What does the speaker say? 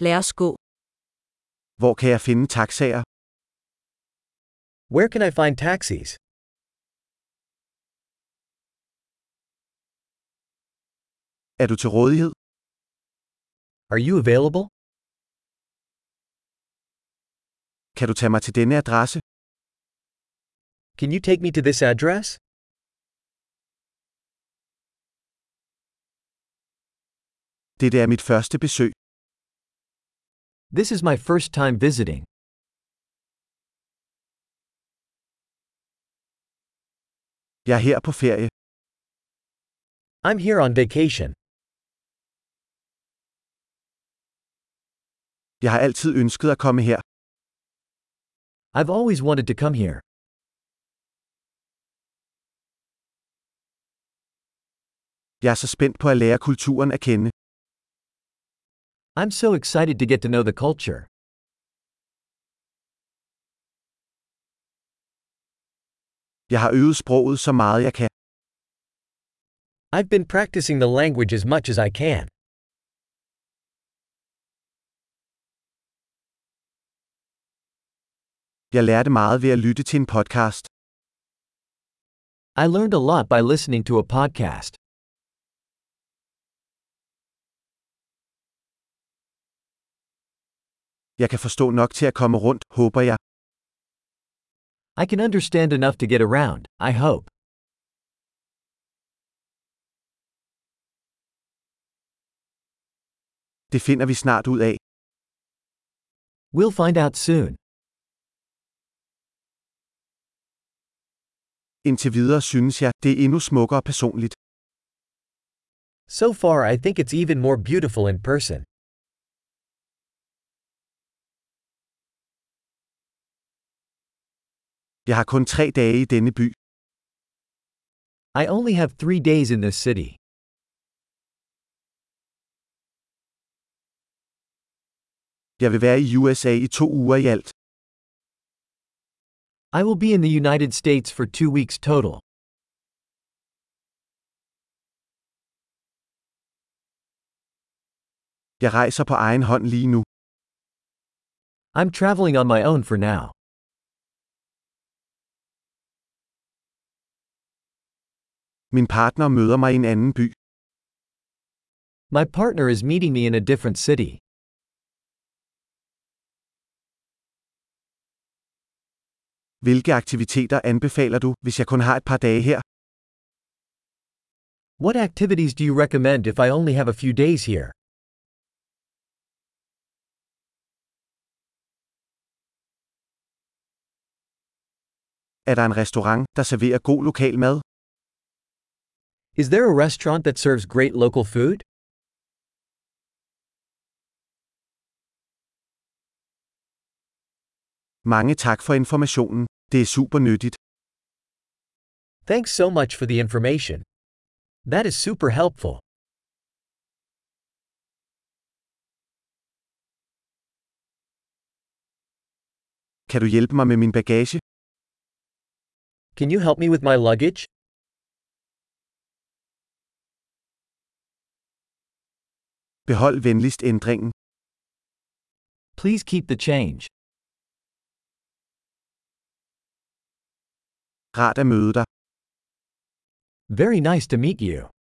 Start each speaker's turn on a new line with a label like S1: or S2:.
S1: Lad os gå.
S2: Hvor kan jeg finde taxaer?
S3: Where can I find taxis?
S2: Er du til rådighed?
S3: Are you available?
S2: Kan du tage mig til denne adresse?
S3: Can you take me to this address?
S2: Dette er mit første besøg.
S3: This is my first time visiting.
S2: Jeg er her på ferie.
S3: I'm here on vacation.
S2: Jeg har altid ønsket at komme her.
S3: I've always wanted to come here.
S2: Jeg er så spændt på at lære kulturen at kende.
S3: I'm so excited to get to know the culture.
S2: Jeg har øvet sproget så meget jeg kan.
S3: I've been practicing the language as much as I can.
S2: Jeg lærte meget ved at lytte til en podcast.
S3: I learned a lot by listening to a podcast.
S2: Jeg kan forstå nok til at komme rundt, håber jeg.
S3: I can understand enough to get around, I hope.
S2: Det finder vi snart ud af.
S3: We'll find out soon.
S2: Indtil videre synes jeg, det er endnu smukkere personligt.
S3: So far, I think it's even more beautiful in person.
S2: Jeg har kun tre dage i denne by.
S3: I only have three days in this city.
S2: Jeg vil være i USA i to uger i alt.
S3: I will be in the United States for two weeks total.
S2: Jeg rejser på egen hånd lige nu.
S3: I'm traveling on my own for now.
S2: Min partner møder mig i en anden by.
S3: My partner is meeting me in a different city.
S2: Hvilke aktiviteter anbefaler du, hvis jeg kun har et par dage her?
S3: What activities do you recommend if I only have a few days here?
S2: Er der en restaurant, der serverer god lokal mad?
S3: Is there a restaurant that serves great local food?
S2: Mange tak for informationen. Det er super nyttigt.
S3: Thanks so much for the information. That is super helpful.
S2: Kan du hjælpe mig med min bagage?
S3: Can you help me with my luggage?
S2: Behold venligst ændringen.
S3: Please keep the change.
S2: Rart at møde dig.
S3: Very nice to meet you.